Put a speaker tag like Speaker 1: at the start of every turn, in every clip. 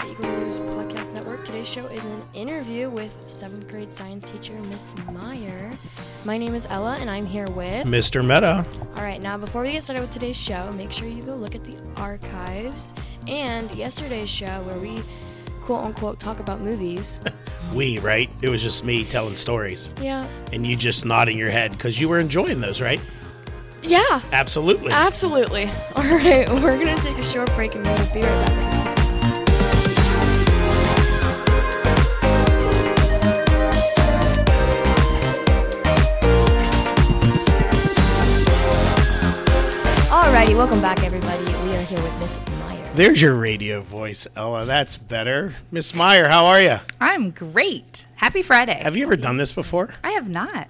Speaker 1: Urban Podcast Network. Today's show is an interview with seventh grade science teacher Miss Meyer. My name is Ella, and I'm here with.
Speaker 2: Mr. Meta.
Speaker 1: All right, now before we get started with today's show, make sure you go look at the archives and yesterday's show where we quote unquote talk about movies.
Speaker 2: We, right? It was just me telling stories
Speaker 1: yeah.
Speaker 2: and you just nodding your head because you were enjoying those, right?
Speaker 1: Yeah,
Speaker 2: Absolutely.
Speaker 1: Ah. absolutely. All right, we're going to take a short break and we'll be right back. Alrighty, welcome back, everybody. We are here with Miss Meyer.
Speaker 2: There's your radio voice, Ella. That's better. Miss Meyer, how are you?
Speaker 3: I'm great. Happy Friday.
Speaker 2: Have you ever done this before?
Speaker 3: I have not.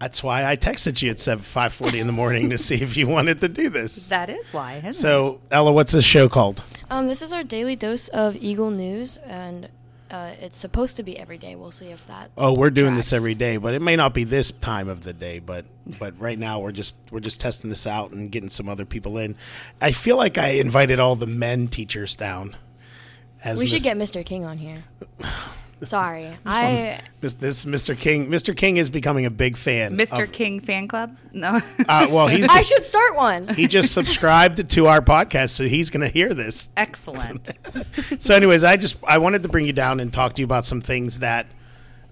Speaker 2: That's why I texted you at 7, 540 in the morning to see if you wanted to do this.
Speaker 3: That is why. Isn't
Speaker 2: So, Ella, what's this show called?
Speaker 1: Um, this is our daily dose of Eagle news, and uh, it's supposed to be every day. We'll see if that.
Speaker 2: Oh, we're doing this
Speaker 1: Tracks.
Speaker 2: every day, but it may not be this time of the day. But but right now we're just we're just testing this out and getting some other people in. I feel like I invited all the men teachers down. As
Speaker 1: We should
Speaker 2: Miss-
Speaker 1: get Mr. King on here. Sorry,
Speaker 2: um,
Speaker 1: I
Speaker 2: Mis- this Mr. King. Mr. King is becoming a big fan.
Speaker 3: it? Mr.
Speaker 2: of-
Speaker 3: King fan club? No.
Speaker 2: Uh, well, he's
Speaker 1: I should start one.
Speaker 2: he just subscribed to our podcast, so he's going to hear this.
Speaker 3: Excellent.
Speaker 2: So, anyways, I just I wanted to bring you down and talk to you about some things that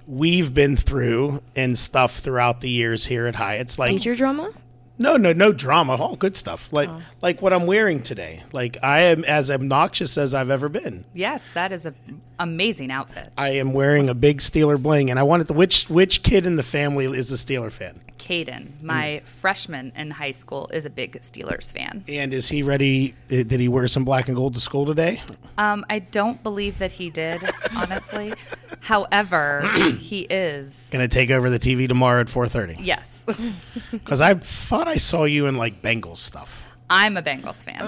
Speaker 2: we've been through and stuff throughout the years here at Hyatt's. Like
Speaker 1: Teacher drama.
Speaker 2: No, no, no drama. All good stuff. Like like what I'm wearing today. Like I am as obnoxious as I've ever been.
Speaker 3: yes, that is an amazing outfit.
Speaker 2: I am wearing a big Steeler bling, and I wanted to which which kid in the family is a Steeler fan,
Speaker 3: Caden, my
Speaker 2: Mm.
Speaker 3: freshman in high school, is a big Steelers fan.
Speaker 2: and is he ready? uh, Did he wear some black and gold to school today?
Speaker 3: Um, I don't believe that he did, honestly. However, he is.
Speaker 2: Going to take over the TV tomorrow at 4:30
Speaker 3: Yes,
Speaker 2: because I thought I saw you in like Bengals stuff.
Speaker 3: I'm a Bengals fan.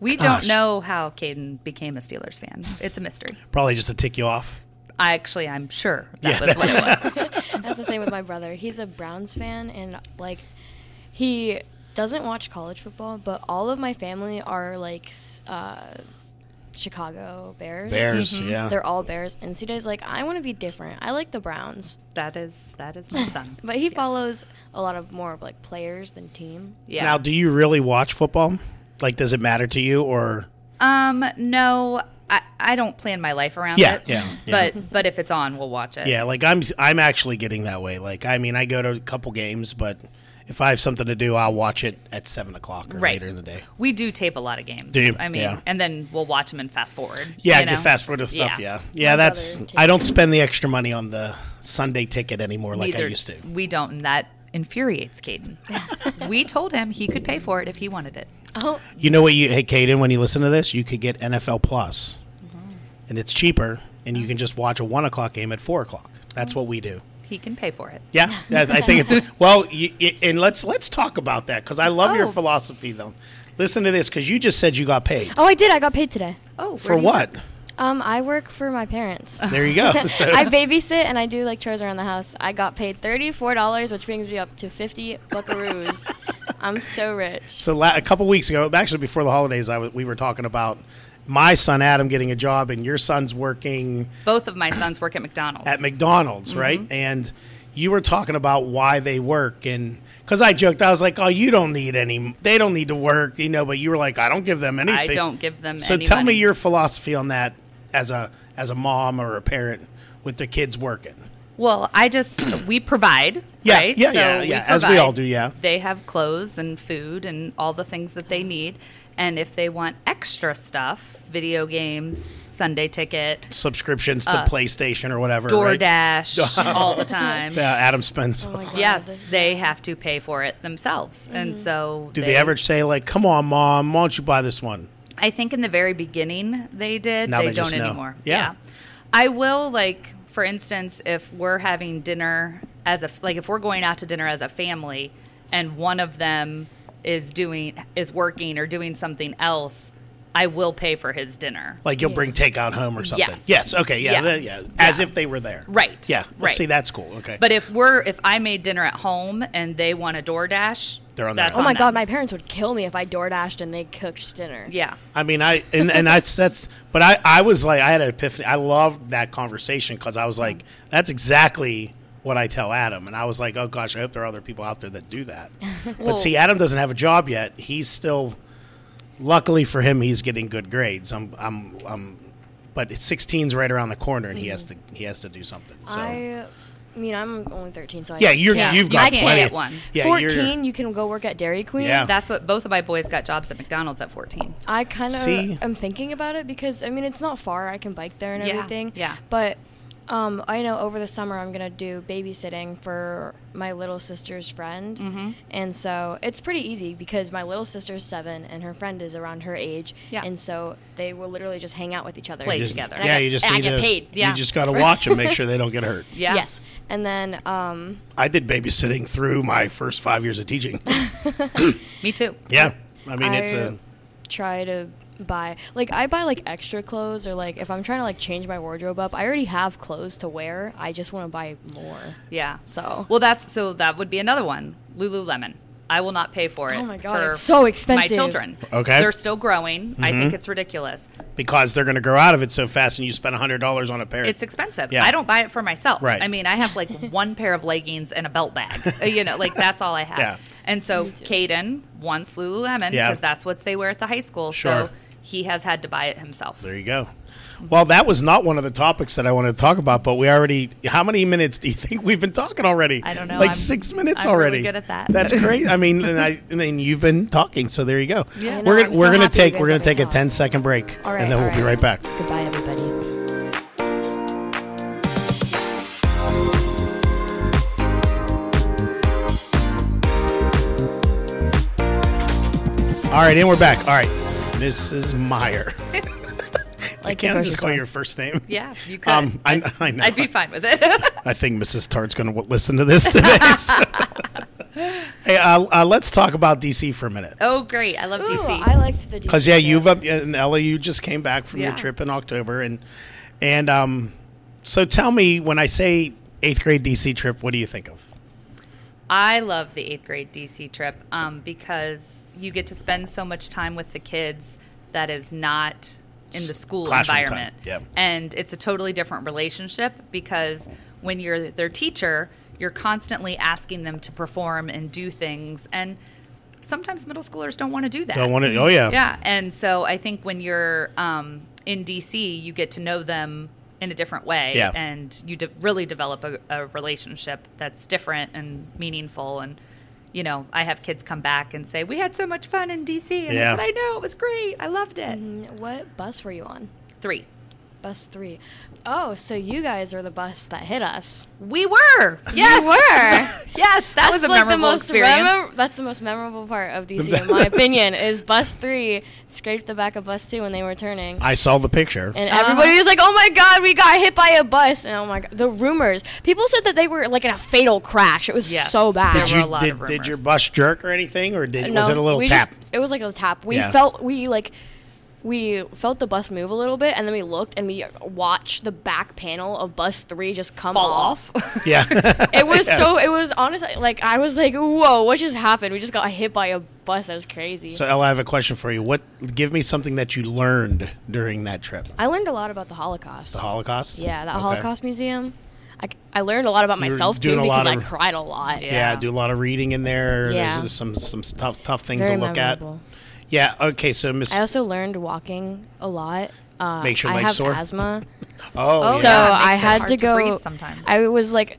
Speaker 3: we
Speaker 2: Oh, gosh.
Speaker 3: don't know how Caden became a Steelers fan. It's a mystery.
Speaker 2: Probably just to tick you off.
Speaker 3: I actually, I'm sure that
Speaker 2: Yeah.
Speaker 3: was what it was.
Speaker 1: That's the same with my brother. He's a Browns fan, and like, he doesn't watch college football, but all of my family are like s- uh, Chicago Bears.
Speaker 2: Bears, yeah.
Speaker 1: They're all Bears, and Siday's like, I want to be different. I like the Browns,
Speaker 3: That is that is my son.
Speaker 1: but he follows a lot of more like players than team.
Speaker 3: Yeah.
Speaker 2: Now, do you really watch football? Like, does it matter to you or?
Speaker 3: Um, no, I, I don't plan my life around
Speaker 2: Yeah,
Speaker 3: it.
Speaker 2: yeah, yeah.
Speaker 3: But but if it's on, we'll watch it.
Speaker 2: Yeah, like I'm I'm actually getting that way. Like I mean, I go to a couple games, but if I have something to do, I'll watch it at seven o'clock or
Speaker 3: Right.
Speaker 2: later in the day.
Speaker 3: We do tape a lot of games.
Speaker 2: Do you?
Speaker 3: I mean,
Speaker 2: Yeah.
Speaker 3: and then we'll watch them and fast forward.
Speaker 2: Yeah,
Speaker 3: you
Speaker 2: get
Speaker 3: know?
Speaker 2: fast forward to stuff. Yeah,
Speaker 3: Yeah.
Speaker 2: yeah, that's.
Speaker 1: brother
Speaker 2: I don't spend the extra money on the Sunday ticket anymore like I
Speaker 3: Neither-
Speaker 2: used to.
Speaker 3: We don't, and that infuriates Caden. we told him he could pay for it if he wanted it.
Speaker 1: Oh,
Speaker 2: You know what? You hey, Caden, when you listen to this, you could get NFL Plus, and it's cheaper, and you can just watch a one o'clock game at four o'clock. That's what we do.
Speaker 3: He can pay for it.
Speaker 2: Yeah, I I think it's well. You, y and let's let's talk about that because I love your
Speaker 3: Oh.
Speaker 2: philosophy though. Listen to this because you just said you got paid
Speaker 1: oh, I did. I got paid today.
Speaker 3: Oh, where
Speaker 2: for
Speaker 3: do you-
Speaker 2: what?
Speaker 1: Um, I work for my parents.
Speaker 2: There you go. So,
Speaker 1: I babysit and I do like chores around the house. I got paid thirty-four dollars, which brings me up to fifty buckaroos. I'm so rich.
Speaker 2: so la- a couple weeks ago, actually before the holidays, I w- we were talking about my son Adam getting a job and your son's working
Speaker 3: Both of my sons work at McDonald's.
Speaker 2: at McDonald's,
Speaker 3: Mm-hmm.
Speaker 2: right? And you were talking about why they work and because I joked, I was like, "Oh, you don't need any. They don't need to work, you know." But you were like, "I don't give them anything.
Speaker 3: I don't give them.
Speaker 2: So
Speaker 3: any
Speaker 2: tell me
Speaker 3: money.
Speaker 2: your philosophy on that as a as a mom or a parent with the kids working.
Speaker 3: Well, I just we provide,
Speaker 2: Yeah,
Speaker 3: right?
Speaker 2: yeah, yeah, yeah, as we
Speaker 3: provide.
Speaker 2: all do, yeah.
Speaker 3: They have clothes and food and all the things that they need, and if they want extra stuff, video games, Sunday ticket,
Speaker 2: Subscriptions to PlayStation or whatever. right?
Speaker 3: Uh, DoorDash, all the time.
Speaker 2: Yeah, Adam spends.
Speaker 1: Oh my God.
Speaker 3: Yes, they have to pay for it themselves, and so
Speaker 2: Mm-hmm. Do the average say like, "Come on, mom, why don't you buy this one?"
Speaker 3: I think in the very beginning they did.
Speaker 2: Now
Speaker 3: they,
Speaker 2: they
Speaker 3: don't
Speaker 2: just know.
Speaker 3: anymore.
Speaker 2: Yeah.
Speaker 3: I will like for instance if we're having dinner as a like if we're going out to dinner as a family and one of them is doing is working or doing something else I will pay for his dinner.
Speaker 2: Like you'll bring takeout home or something.
Speaker 3: Yes.
Speaker 2: Yes. okay. Yeah.
Speaker 3: Yeah.
Speaker 2: that- yeah. As
Speaker 3: Yeah.
Speaker 2: if they were there.
Speaker 3: Right.
Speaker 2: Yeah.
Speaker 3: Right.
Speaker 2: See, that's cool. Okay.
Speaker 3: But if we're if I made dinner at home and they want a DoorDash,
Speaker 2: They're on their
Speaker 3: that's
Speaker 2: own.
Speaker 1: Oh my
Speaker 3: them.
Speaker 1: god, my parents would kill me if I door dashed and they cooked dinner.
Speaker 3: yeah.
Speaker 2: I mean, I and and that's that's. But I I was like, I had an epiphany. I loved that conversation because I was like, that's exactly what I tell Adam, and I was like, oh gosh, I hope there are other people out there that do that.
Speaker 3: Well-
Speaker 2: but see, Adam doesn't have a job yet. He's still, luckily for him, he's getting good grades. I'm I'm I'm. But 16's right around the corner, and he
Speaker 3: Mm.
Speaker 2: has to he has to do something. So
Speaker 1: I mean, I'm only 13, so I
Speaker 2: yeah, you're
Speaker 3: Yeah,
Speaker 2: you've
Speaker 3: you
Speaker 2: got
Speaker 3: can't
Speaker 2: plenty.
Speaker 3: get one.
Speaker 2: Yeah, you're-
Speaker 1: 14, you can go work at Dairy Queen.
Speaker 2: Yeah.
Speaker 3: That's what both of my boys got jobs at McDonald's at 14.
Speaker 1: I kind of
Speaker 2: See?
Speaker 1: am thinking about it because I mean it's not far. I can bike there and
Speaker 3: Yeah,
Speaker 1: everything.
Speaker 3: yeah.
Speaker 1: But um, I know over the summer I'm gonna do babysitting for my little sister's friend, and so it's pretty easy because my little sister's seven and her friend is around her age.
Speaker 3: Yeah.
Speaker 1: And so they will literally just hang out with each other.
Speaker 3: Play
Speaker 2: Just-
Speaker 3: together.
Speaker 2: Yeah,
Speaker 1: And I
Speaker 2: you
Speaker 1: get-
Speaker 2: just
Speaker 1: and I
Speaker 2: need
Speaker 1: get
Speaker 2: to.
Speaker 1: paid.
Speaker 3: Yeah.
Speaker 2: You just got to watch them, make sure they don't get hurt.
Speaker 3: Yeah.
Speaker 1: Yes. And then um,
Speaker 2: I did babysitting through my first five years of teaching.
Speaker 3: Me too.
Speaker 2: yeah, I mean it's
Speaker 1: I
Speaker 3: uh,
Speaker 2: a
Speaker 1: try to buy like I buy like extra clothes or like if I'm trying to like change my wardrobe up, I already have clothes to wear. I just want to buy more.
Speaker 3: Yeah.
Speaker 1: So
Speaker 3: Well, that's so that would be another one. Lululemon. I will not pay for it.
Speaker 1: Oh my God,
Speaker 3: for
Speaker 1: it's so expensive.
Speaker 3: My children.
Speaker 2: Okay. Mm-hmm.
Speaker 3: They're still growing. I think it's ridiculous.
Speaker 2: because they're going to grow out of it so fast, and you spend hundred dollars on a pair.
Speaker 3: It's expensive.
Speaker 2: Yeah.
Speaker 3: I don't buy it for myself.
Speaker 2: Right.
Speaker 3: I mean, I have like one pair of leggings and a belt bag. Uh, you know, like that's all I have.
Speaker 2: Yeah.
Speaker 3: And so Caden wants Lululemon because
Speaker 2: Yeah.
Speaker 3: that's what they wear at the high school.
Speaker 2: Sure.
Speaker 3: So he has had to buy it himself.
Speaker 2: there you go. Well, that was not one of the topics that I wanted to talk about, but we already. How many minutes do you think we've been talking already?
Speaker 3: I don't know.
Speaker 2: Like
Speaker 3: I'm-
Speaker 2: six minutes
Speaker 3: I'm really
Speaker 2: already.
Speaker 3: good at that.
Speaker 2: That's great. I mean, and I and then you've been talking, so there you go.
Speaker 1: I know,
Speaker 2: we're
Speaker 1: I'm
Speaker 2: gonna,
Speaker 1: so
Speaker 2: we're gonna
Speaker 1: happy you
Speaker 2: take
Speaker 1: guys
Speaker 2: we're gonna
Speaker 1: let me
Speaker 2: take a
Speaker 1: talk.
Speaker 2: 10 second break,
Speaker 1: All right,
Speaker 2: and then
Speaker 1: all
Speaker 2: we'll be
Speaker 1: right.
Speaker 2: right back.
Speaker 1: Goodbye, everybody.
Speaker 2: All right, and we're back. All right, Mrs. Meyer. I
Speaker 1: Like the
Speaker 2: can't I
Speaker 1: grocery
Speaker 2: just call
Speaker 1: store.
Speaker 2: you your first name.
Speaker 3: Yeah, you could.
Speaker 2: Um, I, I know.
Speaker 3: I'd be fine with it.
Speaker 2: I think Mrs. Tart's going to listen to this today. so. hey, uh, uh, let's talk about DC for a minute.
Speaker 3: oh, great. I love
Speaker 1: Ooh,
Speaker 3: DC.
Speaker 1: I liked the DC.
Speaker 2: Because yeah,
Speaker 1: trip.
Speaker 2: you've up and Ella, you just came back from
Speaker 3: Yeah.
Speaker 2: your trip in October, and and um, so tell me when I say eighth grade DC trip, what do you think of?
Speaker 3: I love the eighth grade DC trip um, because you get to spend so much time with the kids that is not in the school
Speaker 2: classroom time,
Speaker 3: environment.
Speaker 2: yeah.
Speaker 3: And it's a totally different relationship because when you're their teacher, you're constantly asking them to perform and do things. And sometimes middle schoolers don't want to do that.
Speaker 2: Don't want to. Oh yeah,
Speaker 3: Yeah, and so I think when you're um, in DC, you get to know them in a different way,
Speaker 2: Yeah.
Speaker 3: and you de- really develop a, a relationship that's different and meaningful. And you know, I have kids come back and say, "We had so much fun in DC," and
Speaker 2: Yeah.
Speaker 3: I said, "I know it was great. I loved it."
Speaker 1: Mm, What bus were you on?
Speaker 3: Three,
Speaker 1: Bus three. Oh, so you guys were the bus that hit us.
Speaker 3: we were. Yes,
Speaker 1: were.
Speaker 3: yes, that was a memorable experience.
Speaker 1: memor- that's the most memorable part of DC, in my opinion, is bus three scraped the back of bus two when they were turning.
Speaker 2: I saw the picture.
Speaker 1: And
Speaker 3: Uh-huh.
Speaker 1: everybody was like, "Oh my god, we got hit by a bus!" And oh my god, the rumors. People said that they were like in a fatal crash. It was
Speaker 3: Yes.
Speaker 1: so bad.
Speaker 3: There
Speaker 2: did
Speaker 3: were
Speaker 2: you
Speaker 3: a lot
Speaker 2: did,
Speaker 3: of
Speaker 2: did your
Speaker 3: rumors.
Speaker 2: bus jerk or anything, or did was
Speaker 1: No,
Speaker 2: it a little
Speaker 1: we
Speaker 2: tap?
Speaker 1: just- it was like a little tap. We
Speaker 2: Yeah.
Speaker 1: felt we like we felt the bus move a little bit, and then we looked and we watched the back panel of bus three just come
Speaker 3: Fall
Speaker 1: off.
Speaker 3: off.
Speaker 2: yeah,
Speaker 1: it was
Speaker 2: Yeah.
Speaker 1: so. It was honestly like I was like, "Whoa, what just happened? We just got hit by a bus. That was crazy."
Speaker 2: So Ella, I have a question for you. What give me something that you learned during that trip?
Speaker 1: I learned a lot about the Holocaust.
Speaker 2: The Holocaust.
Speaker 1: yeah, that
Speaker 2: Okay.
Speaker 1: Holocaust museum. I, c- I learned a lot about
Speaker 2: You were
Speaker 1: myself too
Speaker 2: doing a
Speaker 1: because
Speaker 2: lot
Speaker 1: I
Speaker 2: of-
Speaker 1: cried a lot.
Speaker 3: Yeah.
Speaker 2: Yeah, do a lot of reading in there.
Speaker 1: Yeah.
Speaker 2: There's some some tough tough things
Speaker 1: Very
Speaker 2: to look
Speaker 1: memorable.
Speaker 2: at. Yeah. Okay. So Miss.
Speaker 1: I also learned walking a lot. Uh,
Speaker 2: Makes your
Speaker 1: I
Speaker 2: legs
Speaker 1: have
Speaker 2: sore?
Speaker 1: asthma.
Speaker 2: Oh.
Speaker 3: Oh,
Speaker 1: so
Speaker 3: yeah, it makes
Speaker 1: I
Speaker 3: it
Speaker 1: had
Speaker 3: hard
Speaker 1: to
Speaker 3: to
Speaker 1: go.
Speaker 3: breathe sometimes.
Speaker 1: I was like,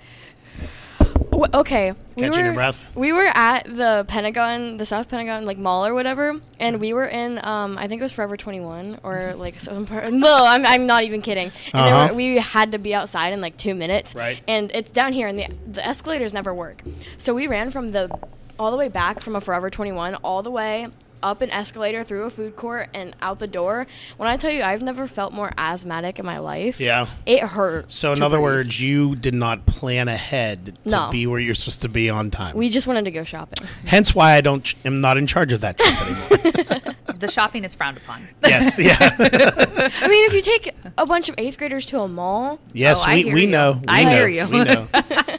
Speaker 1: w- okay, we
Speaker 2: Catching
Speaker 1: were
Speaker 2: your breath?
Speaker 1: we were at the Pentagon, the South Pentagon, like mall or whatever, and we were in um, I think it was Forever 21 or like some part. No, I'm, I'm not even kidding. And
Speaker 2: Mm-hmm. Uh-huh.
Speaker 1: there were, we had to be outside in like two minutes,
Speaker 2: Right.
Speaker 1: And it's down here, and the the escalators never work, so we ran from the all the way back from a Forever 21 all the way. Up an escalator through a food court and out the door. When I tell you, I've never felt more asthmatic in my life.
Speaker 2: Yeah.
Speaker 1: It hurt.
Speaker 2: So in
Speaker 1: to
Speaker 2: other
Speaker 1: breathe.
Speaker 2: words, you did not plan ahead to
Speaker 1: No.
Speaker 2: be where you're supposed to be on time.
Speaker 1: we just wanted to go shopping.
Speaker 2: Hence why I don't am not in charge of that trip anymore.
Speaker 3: the shopping is frowned upon.
Speaker 2: Yes, yeah.
Speaker 1: I mean, if you take a bunch of eighth graders to a mall,
Speaker 2: yes,
Speaker 3: Oh, I
Speaker 2: we,
Speaker 3: hear
Speaker 2: we
Speaker 3: you.
Speaker 2: know. We
Speaker 3: I
Speaker 2: know,
Speaker 3: hear you.
Speaker 2: We know.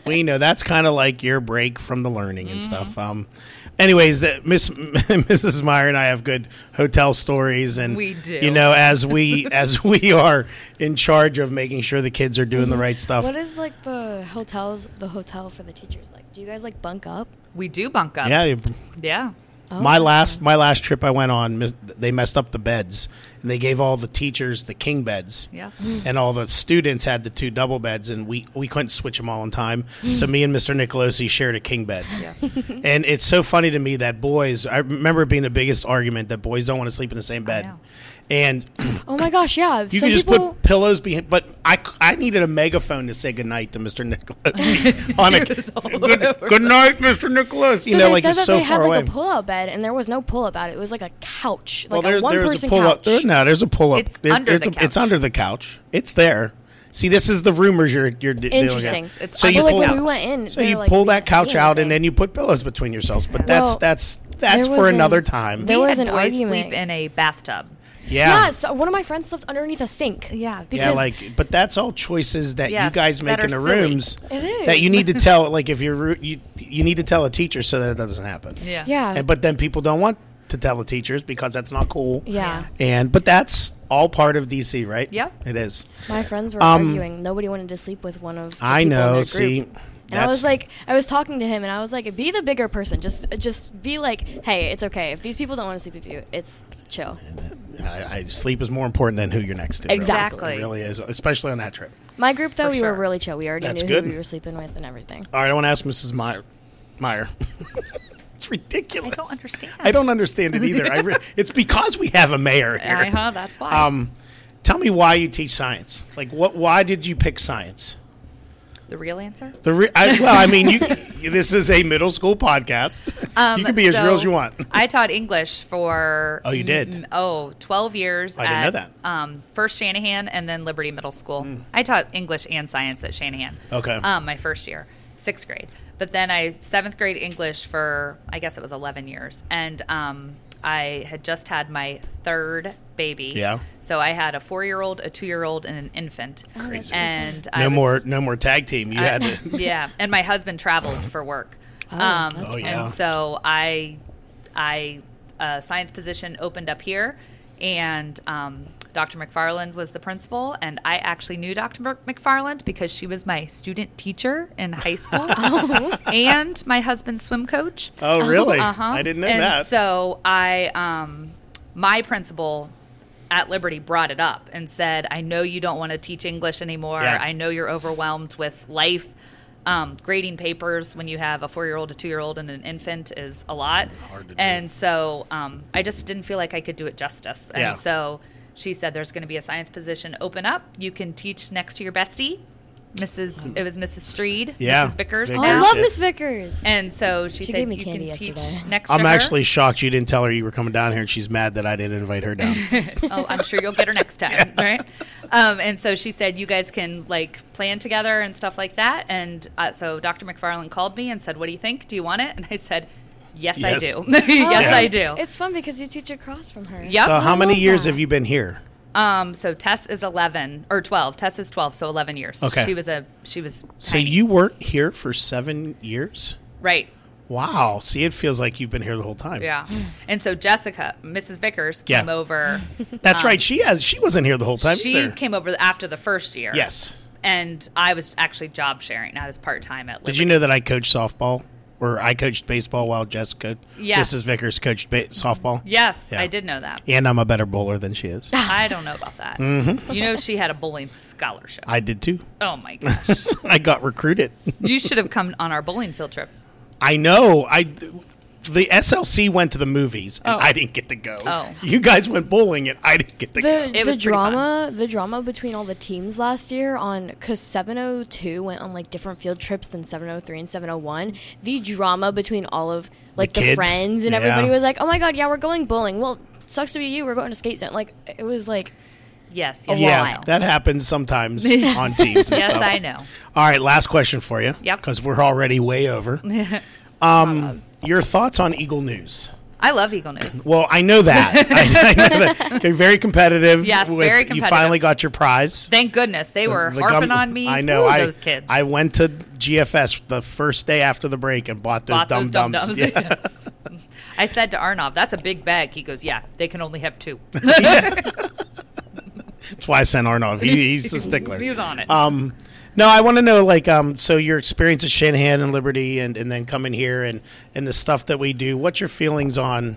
Speaker 2: we know. That's kind of like your break from the learning and stuff. Um, anyways, that Miss Mrs. Meyer and I have good hotel stories, and
Speaker 3: We do.
Speaker 2: You know, as we as we are in charge of making sure the kids are doing the right stuff.
Speaker 1: what is like the hotels, the hotel for the teachers like? Do you guys like bunk up?
Speaker 3: We do bunk up.
Speaker 2: yeah. you-
Speaker 3: Yeah.
Speaker 2: My
Speaker 1: Oh.
Speaker 2: last my last trip I went on, mis- they messed up the beds, and they gave all the teachers the king beds.
Speaker 3: Yes.
Speaker 1: Hmm.
Speaker 2: and all the students had the two double beds, and we, we couldn't switch them all in time.
Speaker 1: Hmm.
Speaker 2: So me and Mr. Nicolosi shared a king bed. and it's so funny to me that boys, I remember it being the biggest argument that boys don't want to sleep in the same bed.
Speaker 3: know.
Speaker 2: And
Speaker 1: Oh my gosh, yeah.
Speaker 2: you
Speaker 1: Some
Speaker 2: can just
Speaker 1: people,
Speaker 2: put pillows behind, but I, c- I needed a megaphone to say goodnight to Mr. Nicolosi. on a, good, good night, Mr. Nicolosi. You
Speaker 1: so
Speaker 2: know,
Speaker 1: they
Speaker 2: like
Speaker 1: said
Speaker 2: it's
Speaker 1: that
Speaker 2: so
Speaker 1: they had
Speaker 2: far
Speaker 1: like
Speaker 2: away.
Speaker 1: a pull-out bed, and there was no pull-out bed. It was like a couch, like
Speaker 2: there-
Speaker 1: a one-person
Speaker 2: a pull-up.
Speaker 1: couch.
Speaker 2: There, no, there's a pull up.
Speaker 3: It's under the couch.
Speaker 2: It's under the couch. It's there. See, this is the rumors you're you're de- dealing with.
Speaker 1: Interesting.
Speaker 3: It's
Speaker 2: so
Speaker 1: I
Speaker 2: you
Speaker 1: feel like
Speaker 2: pull
Speaker 1: when
Speaker 3: out.
Speaker 1: we went in,
Speaker 2: so
Speaker 1: they were
Speaker 2: you
Speaker 1: like,
Speaker 2: pull
Speaker 1: we
Speaker 2: that
Speaker 1: can't see
Speaker 2: couch out and
Speaker 1: anything.
Speaker 2: then you put pillows between yourselves. But that's
Speaker 1: Well,
Speaker 2: that's that's
Speaker 1: there
Speaker 2: for
Speaker 1: was
Speaker 2: another
Speaker 1: an-
Speaker 2: time.
Speaker 1: there
Speaker 3: We
Speaker 1: was
Speaker 3: had
Speaker 1: an
Speaker 3: boys
Speaker 1: argument.
Speaker 3: sleep in a bathtub.
Speaker 2: yeah.
Speaker 1: yeah. so one of my friends slept underneath a sink.
Speaker 3: Yeah,
Speaker 2: yeah,
Speaker 1: because
Speaker 2: like, but that's all choices that you
Speaker 3: Yes,
Speaker 2: guys make
Speaker 3: that
Speaker 2: in the
Speaker 3: are silly.
Speaker 2: rooms
Speaker 1: It
Speaker 2: that you
Speaker 1: is.
Speaker 2: need to tell. Like, if you're ru- you, you need to tell a teacher so that it doesn't happen.
Speaker 3: Yeah.
Speaker 1: yeah,
Speaker 2: And, but then people don't want to tell the teachers because that's not cool.
Speaker 1: yeah.
Speaker 2: And but that's all part of DC, right?
Speaker 3: Yep.
Speaker 2: It is.
Speaker 1: My friends were
Speaker 2: Um,
Speaker 1: arguing. Nobody wanted to sleep with one of. The people
Speaker 2: I
Speaker 1: in their
Speaker 2: know.
Speaker 1: group.
Speaker 2: See,
Speaker 1: And I was like, I was talking to him, and I was like, "Be the bigger person. Just, just be like, hey, it's okay. If these people don't want to sleep with you, it's chill.
Speaker 2: I, I, sleep is more important than who you're next to. really.
Speaker 1: Exactly.
Speaker 2: It really is, especially on that trip.
Speaker 1: My group, though,
Speaker 3: For
Speaker 1: we
Speaker 3: sure.
Speaker 1: were really chill. We already
Speaker 2: That's
Speaker 1: knew
Speaker 2: good.
Speaker 1: who we were sleeping with and everything.
Speaker 2: All right, I want to ask Mrs. Meyer. Meyer. it's ridiculous.
Speaker 3: I don't understand.
Speaker 2: I don't understand it either. I re- it's because we have a mayor here.
Speaker 3: Uh-huh, that's why.
Speaker 2: Um, tell me why you teach science. Like, what? Why did you pick science?
Speaker 3: the real answer?
Speaker 2: The re- I, well, I mean, you. This is a middle school podcast. you can be as real as
Speaker 3: Um, so
Speaker 2: you want.
Speaker 3: I taught English for
Speaker 2: Oh, you did?
Speaker 3: mm, oh, 12 years.
Speaker 2: I didn't know
Speaker 3: at,
Speaker 2: that. Hmm.
Speaker 3: Um, first Shanahan and then Liberty Middle School. I taught English and science at Shanahan.
Speaker 2: Okay.
Speaker 3: Um, my first year, sixth grade. But then I seventh grade English for I guess it was 11 years, and um, I had just had my third baby.
Speaker 2: Yeah.
Speaker 3: So I had a four-year-old, a two-year-old, and an infant.
Speaker 1: Oh,
Speaker 2: Crazy.
Speaker 3: And I
Speaker 2: no
Speaker 3: was-
Speaker 2: more, no more tag team. You
Speaker 3: I-
Speaker 2: had to.
Speaker 3: yeah, and my husband traveled for work.
Speaker 1: Oh,
Speaker 3: um,
Speaker 1: that's
Speaker 2: Oh, fun. yeah.
Speaker 3: And so I, I, a science position opened up here, and um, Dr. McFarland was the principal, and I actually knew Dr. Mc- McFarland because she was my student teacher in high school,
Speaker 1: Oh.
Speaker 3: and my husband's swim coach.
Speaker 2: Oh, really?
Speaker 3: Uh-huh.
Speaker 2: I didn't know
Speaker 3: and
Speaker 2: that.
Speaker 3: So I, um, my principal at Liberty brought it up and said, "I know you don't want to teach English anymore.
Speaker 2: Yeah.
Speaker 3: I know you're overwhelmed with life. Um, grading papers when you have a four-year-old, a two-year-old, and an infant is a lot.
Speaker 2: Hard to do.
Speaker 3: and so um, I just didn't feel like I could do it justice. And
Speaker 2: Yeah.
Speaker 3: so she said, "There's going to be a science position open up. You can teach next to your bestie." Mrs. It was Mrs. Streed,
Speaker 2: Yeah.
Speaker 3: Mrs. Vickers.
Speaker 2: Vickers.
Speaker 1: Oh,
Speaker 2: Yeah.
Speaker 1: I
Speaker 3: now.
Speaker 1: love
Speaker 2: Shit.
Speaker 1: Miss Vickers.
Speaker 3: And so she,
Speaker 1: She
Speaker 3: said,
Speaker 1: gave me
Speaker 3: "You
Speaker 1: candy
Speaker 3: can teach
Speaker 1: yesterday.
Speaker 3: next to
Speaker 2: I'm
Speaker 3: her."
Speaker 2: actually shocked you didn't tell her you were coming down here, and she's mad that I didn't invite her down.
Speaker 3: oh, I'm sure you'll get her next time, right? Um, and so she said, you guys can like plan together and stuff like that. And uh, so Dr. McFarland called me and said, what do you think? Do you want it? And I said, yes, I
Speaker 2: Yes.
Speaker 3: do. yes,
Speaker 2: Yeah.
Speaker 3: I do.
Speaker 1: Oh, It's fun because you teach across from her.
Speaker 3: yep.
Speaker 2: so, how many
Speaker 1: love
Speaker 2: years
Speaker 1: that.
Speaker 2: have you been here?
Speaker 3: um, so Tess is 11 or 12. Tess is 12, so 11 years.
Speaker 2: Okay.
Speaker 3: She was a she was
Speaker 2: So
Speaker 3: tiny.
Speaker 2: you weren't here for seven years?
Speaker 3: right.
Speaker 2: Wow. See, it feels like you've been here the whole time.
Speaker 3: Yeah. And so Jessica, Mrs. Vickers,
Speaker 2: Yeah.
Speaker 3: came over.
Speaker 2: That's right. She has. She wasn't here the whole time.
Speaker 3: Um, she
Speaker 2: either.
Speaker 3: came over after the first year.
Speaker 2: Yes.
Speaker 3: And I was actually job sharing. I was part time at.
Speaker 2: Did you know that I coached softball, or I coached baseball while Jessica,
Speaker 3: Yes.
Speaker 2: Mrs. Vickers, coached ba- softball?
Speaker 3: Yes,
Speaker 2: Yeah.
Speaker 3: I did know that.
Speaker 2: And I'm a better bowler than she is.
Speaker 3: I don't know about that. You know, she had a bowling scholarship.
Speaker 2: Mm-hmm. I did too.
Speaker 3: oh my gosh!
Speaker 2: I got recruited.
Speaker 3: you should have come on our bowling field trip.
Speaker 2: I know. I the SLC went to the movies and
Speaker 3: Oh.
Speaker 2: I didn't get to go.
Speaker 3: Oh.
Speaker 2: You guys went bowling and I didn't get
Speaker 1: The,
Speaker 2: to go.
Speaker 3: It
Speaker 1: the
Speaker 3: was pretty fun.
Speaker 1: drama, the drama between all the teams last year on because 702 went on like different field trips than 703 and 701. The drama between all of like
Speaker 2: The
Speaker 1: the,
Speaker 2: kids?
Speaker 1: friends and
Speaker 2: Yeah.
Speaker 1: everybody was like, "Oh my god, yeah, we're going bowling." Well, sucks to be you. We're going to skate zone. Like it was like
Speaker 3: Yes,
Speaker 1: A
Speaker 3: yes,
Speaker 2: yeah,
Speaker 1: while.
Speaker 2: that happens sometimes on teams. And
Speaker 3: yes,
Speaker 2: stuff.
Speaker 3: I know.
Speaker 2: All right, last question for you.
Speaker 3: Yep.
Speaker 2: Because we're already way over. um, your thoughts on Eagle News?
Speaker 3: I love Eagle News.
Speaker 2: Well, I know that. I, I know that. You're very competitive.
Speaker 3: Yes, very
Speaker 2: You
Speaker 3: competitive.
Speaker 2: finally got your prize.
Speaker 3: Thank goodness they were
Speaker 2: The
Speaker 3: harping
Speaker 2: gum-
Speaker 3: on me.
Speaker 2: I know.
Speaker 3: Ooh,
Speaker 2: I,
Speaker 3: those kids.
Speaker 2: I went to GFS the first day after the break and bought those
Speaker 3: bought
Speaker 2: dumb
Speaker 3: those dum
Speaker 2: dums.
Speaker 3: dums. Yes. I said to Arnov, "That's a big bag." He goes, "Yeah, they can only have two.
Speaker 2: That's why I sent Arnov. He, he's a stickler.
Speaker 3: he was on it.
Speaker 2: Um, no, I want to know like um, so your experience at Shanahan and Liberty, and, and then coming here and and the stuff that we do. What's your feelings on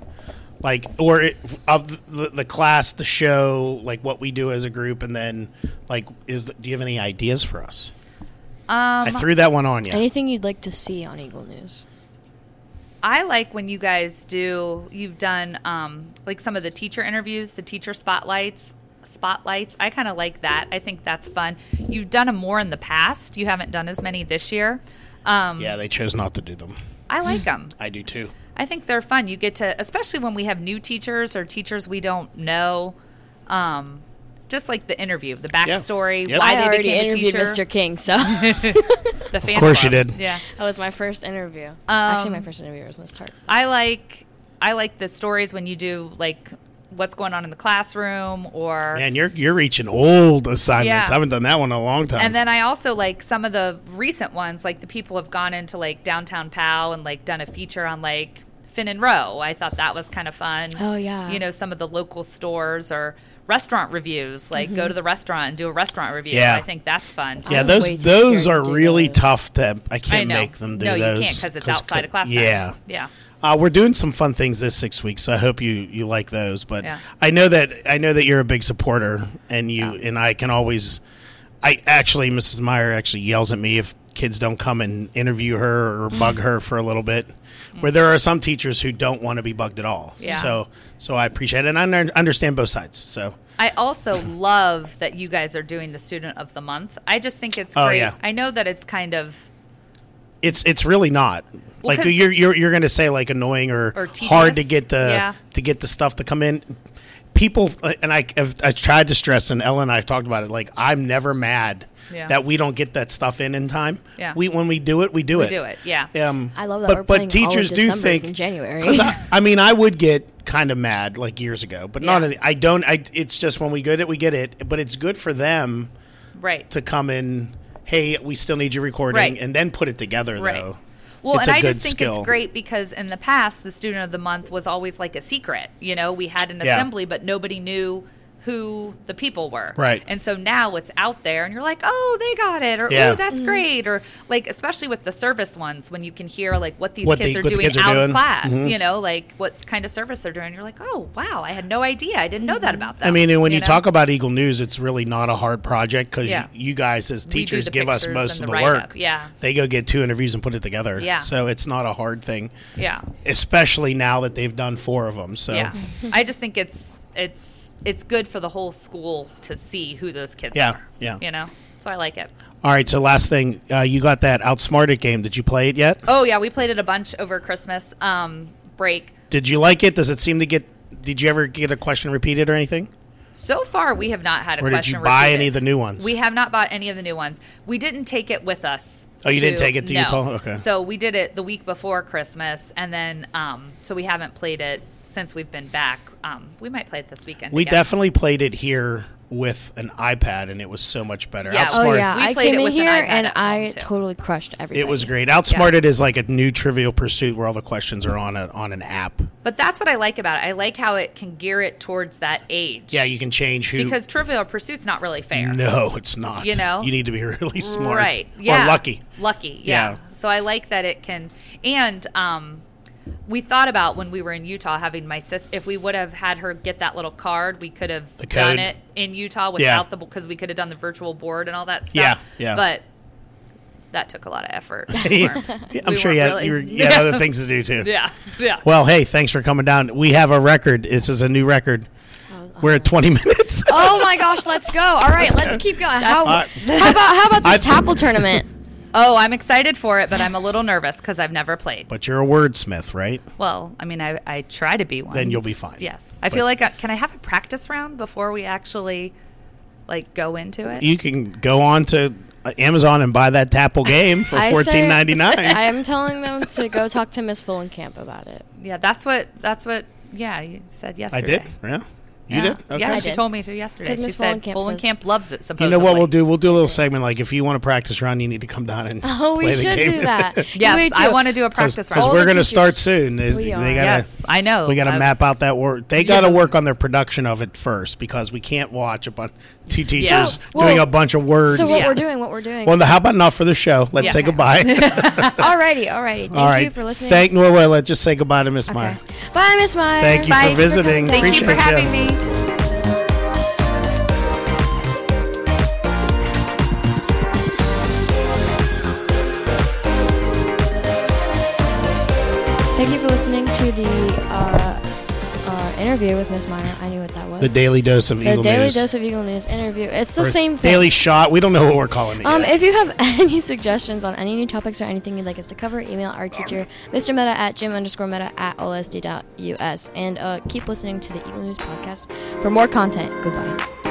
Speaker 2: like or it, of the, the class, the show, like what we do as a group, and then like is do you have any ideas for us?
Speaker 3: um,
Speaker 2: I threw that one on you.
Speaker 1: Anything you'd like to see on Eagle News?
Speaker 3: I like when you guys do. You've done um, like some of the teacher interviews, the teacher spotlights, spotlights. I kind of like that. I think that's fun. You've done them more in the past. You haven't done as many this year. Um,
Speaker 2: yeah, they chose not to do them.
Speaker 3: I like them.
Speaker 2: I do too.
Speaker 3: I think they're fun. You get to, especially when we have new teachers or teachers we don't know. Um, just like the interview, the backstory,
Speaker 2: Yep.
Speaker 3: why
Speaker 1: I
Speaker 3: they
Speaker 1: already
Speaker 3: became a
Speaker 1: interviewed
Speaker 3: teacher.
Speaker 1: Mr. King, so
Speaker 3: The fan
Speaker 2: course you
Speaker 3: club.
Speaker 2: did.
Speaker 3: Yeah.
Speaker 1: that was my first interview. Actually, my
Speaker 3: Um,
Speaker 1: first interview was Miss Tart.
Speaker 3: I like I like the stories when you do like what's going on in the classroom or
Speaker 2: Man, you're you're reaching old assignments. I
Speaker 3: Yeah.
Speaker 2: haven't done that one in a long time.
Speaker 3: and then I also like some of the recent ones like the people have gone into like downtown Pal and like done a feature on like Finn and Row. I thought that was kind of fun.
Speaker 1: Oh, yeah.
Speaker 3: You know, some of the local stores or restaurant reviews, like
Speaker 1: Mm-hmm.
Speaker 3: go to the restaurant and do a restaurant review.
Speaker 2: Yeah.
Speaker 3: I think that's fun. too.
Speaker 2: yeah,
Speaker 1: I'm way
Speaker 2: those
Speaker 1: too
Speaker 2: those
Speaker 1: scared
Speaker 2: are
Speaker 1: to do
Speaker 2: really
Speaker 1: those.
Speaker 2: tough to. I can't
Speaker 3: I know.
Speaker 2: make them do
Speaker 3: no,
Speaker 2: those.
Speaker 3: you can't because it's outside of class. time.
Speaker 2: Yeah.
Speaker 3: Yeah.
Speaker 2: Uh, we're doing some fun things this six weeks, so I hope you, you like those. But
Speaker 3: Yeah.
Speaker 2: I know that I know that you're a big supporter, and you and I can always. I actually, Mrs. Meyer actually yells at me if kids don't come and interview her or
Speaker 3: Mm-hmm.
Speaker 2: bug her for a little bit. Where there are some teachers who don't want to be bugged at all.
Speaker 3: Yeah.
Speaker 2: So so I appreciate it, and I under- understand both sides. So
Speaker 3: I also love that you guys are doing the student of the month. I just think it's
Speaker 2: Oh,
Speaker 3: great.
Speaker 2: yeah.
Speaker 3: I know that it's kind of
Speaker 2: it's it's really not
Speaker 3: Well,
Speaker 2: like
Speaker 3: 'cause-
Speaker 2: you're you're you're going to say like annoying or,
Speaker 3: Or
Speaker 2: hard to
Speaker 3: tedious.
Speaker 2: get the
Speaker 3: Yeah.
Speaker 2: to get the stuff to come in. People uh, and I have I tried to stress and Ellen and I've talked about it. Like I'm never mad
Speaker 3: Yeah.
Speaker 2: that we don't get that stuff in in time.
Speaker 3: Yeah.
Speaker 2: We when we do it, we do
Speaker 3: we
Speaker 2: it.
Speaker 3: do it. Yeah.
Speaker 2: Um,
Speaker 1: I love that
Speaker 2: But
Speaker 1: we're
Speaker 2: but
Speaker 1: playing all of
Speaker 2: teachers do
Speaker 1: December's
Speaker 2: think
Speaker 1: in January.
Speaker 2: 'cause I, I mean, I would get kind of mad like years ago, but not.
Speaker 3: Yeah.
Speaker 2: Any, I don't. I it's just when we get it, we get it. But it's good for them
Speaker 3: Right.
Speaker 2: to come in. Hey, we still need your recording,
Speaker 3: Right.
Speaker 2: and then put it together
Speaker 3: right.
Speaker 2: though.
Speaker 3: Well,
Speaker 2: It's
Speaker 3: and
Speaker 2: a
Speaker 3: I
Speaker 2: good
Speaker 3: just think
Speaker 2: skill.
Speaker 3: it's great because in the past the student of the month was always like a secret. You know, we had an
Speaker 2: Yeah.
Speaker 3: assembly but nobody knew who the people were.
Speaker 2: Right.
Speaker 3: And so now it's out there and you're like, "Oh, they got it." Or,
Speaker 2: Yeah.
Speaker 3: "Oh, that's great." Or like especially with the service ones when you can hear like what these
Speaker 2: What
Speaker 3: kids
Speaker 2: the-
Speaker 3: are
Speaker 2: what the
Speaker 3: doing
Speaker 2: kids are
Speaker 3: out
Speaker 2: doing.
Speaker 3: of class,
Speaker 2: Mhm.
Speaker 3: you know, like what kind of service they're doing. You're like, "Oh, wow, I had no idea. I didn't know that about them."
Speaker 2: I mean, and when you,
Speaker 3: Um, know?
Speaker 2: talk about Eagle News, it's really not a hard project because
Speaker 3: Yeah.
Speaker 2: you, guys, as
Speaker 3: do
Speaker 2: teachers,
Speaker 3: the
Speaker 2: give us
Speaker 3: pictures
Speaker 2: most of
Speaker 3: and
Speaker 2: the,
Speaker 3: the write-up,
Speaker 2: work.
Speaker 3: yeah.
Speaker 2: they go get two interviews and put it together.
Speaker 3: Yeah.
Speaker 2: so it's not a hard thing,
Speaker 3: Yeah.
Speaker 2: especially now that they've done four of them. So
Speaker 3: Yeah. I just think it's it's it's good for the whole school to see who those kids
Speaker 2: Yeah,
Speaker 3: are.
Speaker 2: yeah.
Speaker 3: You know? So I like it.
Speaker 2: all right. So last thing, uh, you got that outsmarted game. Did you play it yet?
Speaker 3: Oh yeah, we played it a bunch over Christmas um break.
Speaker 2: Did you like it? Does it seem to get? Did you ever get a question repeated or anything?
Speaker 3: So far we have not had a
Speaker 2: Or did
Speaker 3: question
Speaker 2: you buy
Speaker 3: repeated.
Speaker 2: any of the new ones?
Speaker 3: We have not bought any of the new ones. We didn't take it with us.
Speaker 2: Oh, you didn't take it to
Speaker 3: no.
Speaker 2: Utah? Okay.
Speaker 3: So we did it the week before Christmas and then um so we haven't played it since we've been back. Um we might play it this weekend.
Speaker 2: we
Speaker 3: again.
Speaker 2: definitely played it here with an iPad, and it was so much better.
Speaker 3: Yeah.
Speaker 2: Outsmarted.
Speaker 1: Oh
Speaker 3: Smart.
Speaker 1: yeah,
Speaker 3: We
Speaker 1: I
Speaker 3: played
Speaker 1: came
Speaker 3: it
Speaker 1: in
Speaker 3: with an
Speaker 1: here
Speaker 3: iPad
Speaker 1: and
Speaker 3: at home,
Speaker 1: I
Speaker 3: too.
Speaker 1: totally crushed everything.
Speaker 2: It was great. Outsmarted is like a new Trivial Pursuit where all the questions are on a, on an app.
Speaker 3: But that's what I like about it. I like how it can gear it towards that age.
Speaker 2: Yeah, you can change who.
Speaker 3: because Trivial Pursuit's not really fair.
Speaker 2: no, it's not.
Speaker 3: You know?
Speaker 2: you need to be really smart,
Speaker 3: Right. Yeah.
Speaker 2: Or lucky.
Speaker 3: Lucky. Yeah.
Speaker 2: Yeah.
Speaker 3: So I like that it can. And um, we thought about when we were in Utah having my sis. If we would have had her get that little card, we could have
Speaker 2: The
Speaker 3: done
Speaker 2: code.
Speaker 3: it in Utah without
Speaker 2: Yeah.
Speaker 3: the because we could have done the virtual board and all that stuff.
Speaker 2: Yeah, yeah.
Speaker 3: But that took a lot of effort.
Speaker 2: Yeah, I'm
Speaker 3: We
Speaker 2: sure you had,
Speaker 3: weren't
Speaker 2: you, were,
Speaker 3: really-
Speaker 2: you had other things to do too.
Speaker 3: yeah. Yeah.
Speaker 2: Well, hey, thanks for coming down. We have a record. This is a new record. We're at 20 minutes.
Speaker 1: Oh my gosh, let's go! All oh. right, let's keep going. How,
Speaker 2: That's-
Speaker 1: how about how about
Speaker 2: I-
Speaker 1: this Tapple tournament?
Speaker 3: Oh, I'm excited for it, but I'm a little nervous because I've never played.
Speaker 2: but you're a wordsmith, right?
Speaker 3: Well, I mean, I, I try to be one.
Speaker 2: Then you'll be fine.
Speaker 3: Yes, I feel like uh, can I have a practice round before we actually like go into it?
Speaker 2: You can go on to uh, Amazon and buy that Tapple game for
Speaker 1: I say-
Speaker 2: fourteen ninety
Speaker 1: I
Speaker 2: nine.
Speaker 1: am telling them to go talk to Miss Camp about it.
Speaker 3: Yeah, that's what that's what. Yeah, you said yesterday.
Speaker 2: I did. Yeah. You
Speaker 3: yeah.
Speaker 2: did. Okay.
Speaker 3: Yeah,
Speaker 1: I
Speaker 3: she
Speaker 1: did.
Speaker 3: told me to yesterday.
Speaker 1: 'Cause
Speaker 3: She
Speaker 1: Miss
Speaker 3: said
Speaker 1: Vollenkamp
Speaker 3: Vollenkamp
Speaker 1: says-
Speaker 3: loves it. Supposedly.
Speaker 2: You know what we'll do? We'll do a little segment like if you want to practice round, you need to come down and
Speaker 1: Oh, we
Speaker 2: play the
Speaker 1: should
Speaker 2: game.
Speaker 1: do that.
Speaker 3: Yes,
Speaker 1: We
Speaker 3: I
Speaker 1: do.
Speaker 3: want to do a practice round.
Speaker 2: because we're
Speaker 1: the
Speaker 2: going to
Speaker 1: teachers.
Speaker 2: start soon. Is
Speaker 1: We
Speaker 2: they
Speaker 1: are.
Speaker 2: gotta
Speaker 3: yes, I know.
Speaker 2: we got
Speaker 3: I
Speaker 2: to map
Speaker 3: was-
Speaker 2: out that work. They got to work on their production of it first because we can't watch a bunch two teachers
Speaker 1: well,
Speaker 2: doing a bunch of words.
Speaker 1: So what
Speaker 3: Yeah.
Speaker 1: we're doing, what we're doing.
Speaker 2: Well, how about enough for the show? Let's
Speaker 3: Yeah.
Speaker 2: say
Speaker 3: Okay.
Speaker 2: goodbye.
Speaker 1: alrighty, alrighty. Thank
Speaker 2: All right.
Speaker 1: you for listening.
Speaker 2: Thank Norway. Let's just say goodbye to Miss
Speaker 1: Okay.
Speaker 2: Meyer.
Speaker 1: Bye, Miss Meyer.
Speaker 2: Thank you
Speaker 1: Bye.
Speaker 2: for visiting.
Speaker 1: coming.
Speaker 3: Thank you for
Speaker 2: Appreciate
Speaker 3: having me.
Speaker 1: Thank you for listening to the uh, uh, interview with Miss Meyer. I knew what that was.
Speaker 2: The daily dose of
Speaker 1: The
Speaker 2: Eagle
Speaker 1: Daily
Speaker 2: News.
Speaker 1: Dose of Eagle News interview. It's the
Speaker 2: Or
Speaker 1: same thing.
Speaker 2: Daily shot. We don't know what we're calling it.
Speaker 1: Um,
Speaker 2: yet.
Speaker 1: if you have any suggestions on any new topics or anything you'd like us to cover, email our teacher, Mr. Meta at Jim underscore Meta at OLSD.us. And uh, keep listening to the Eagle News podcast for more content. Goodbye.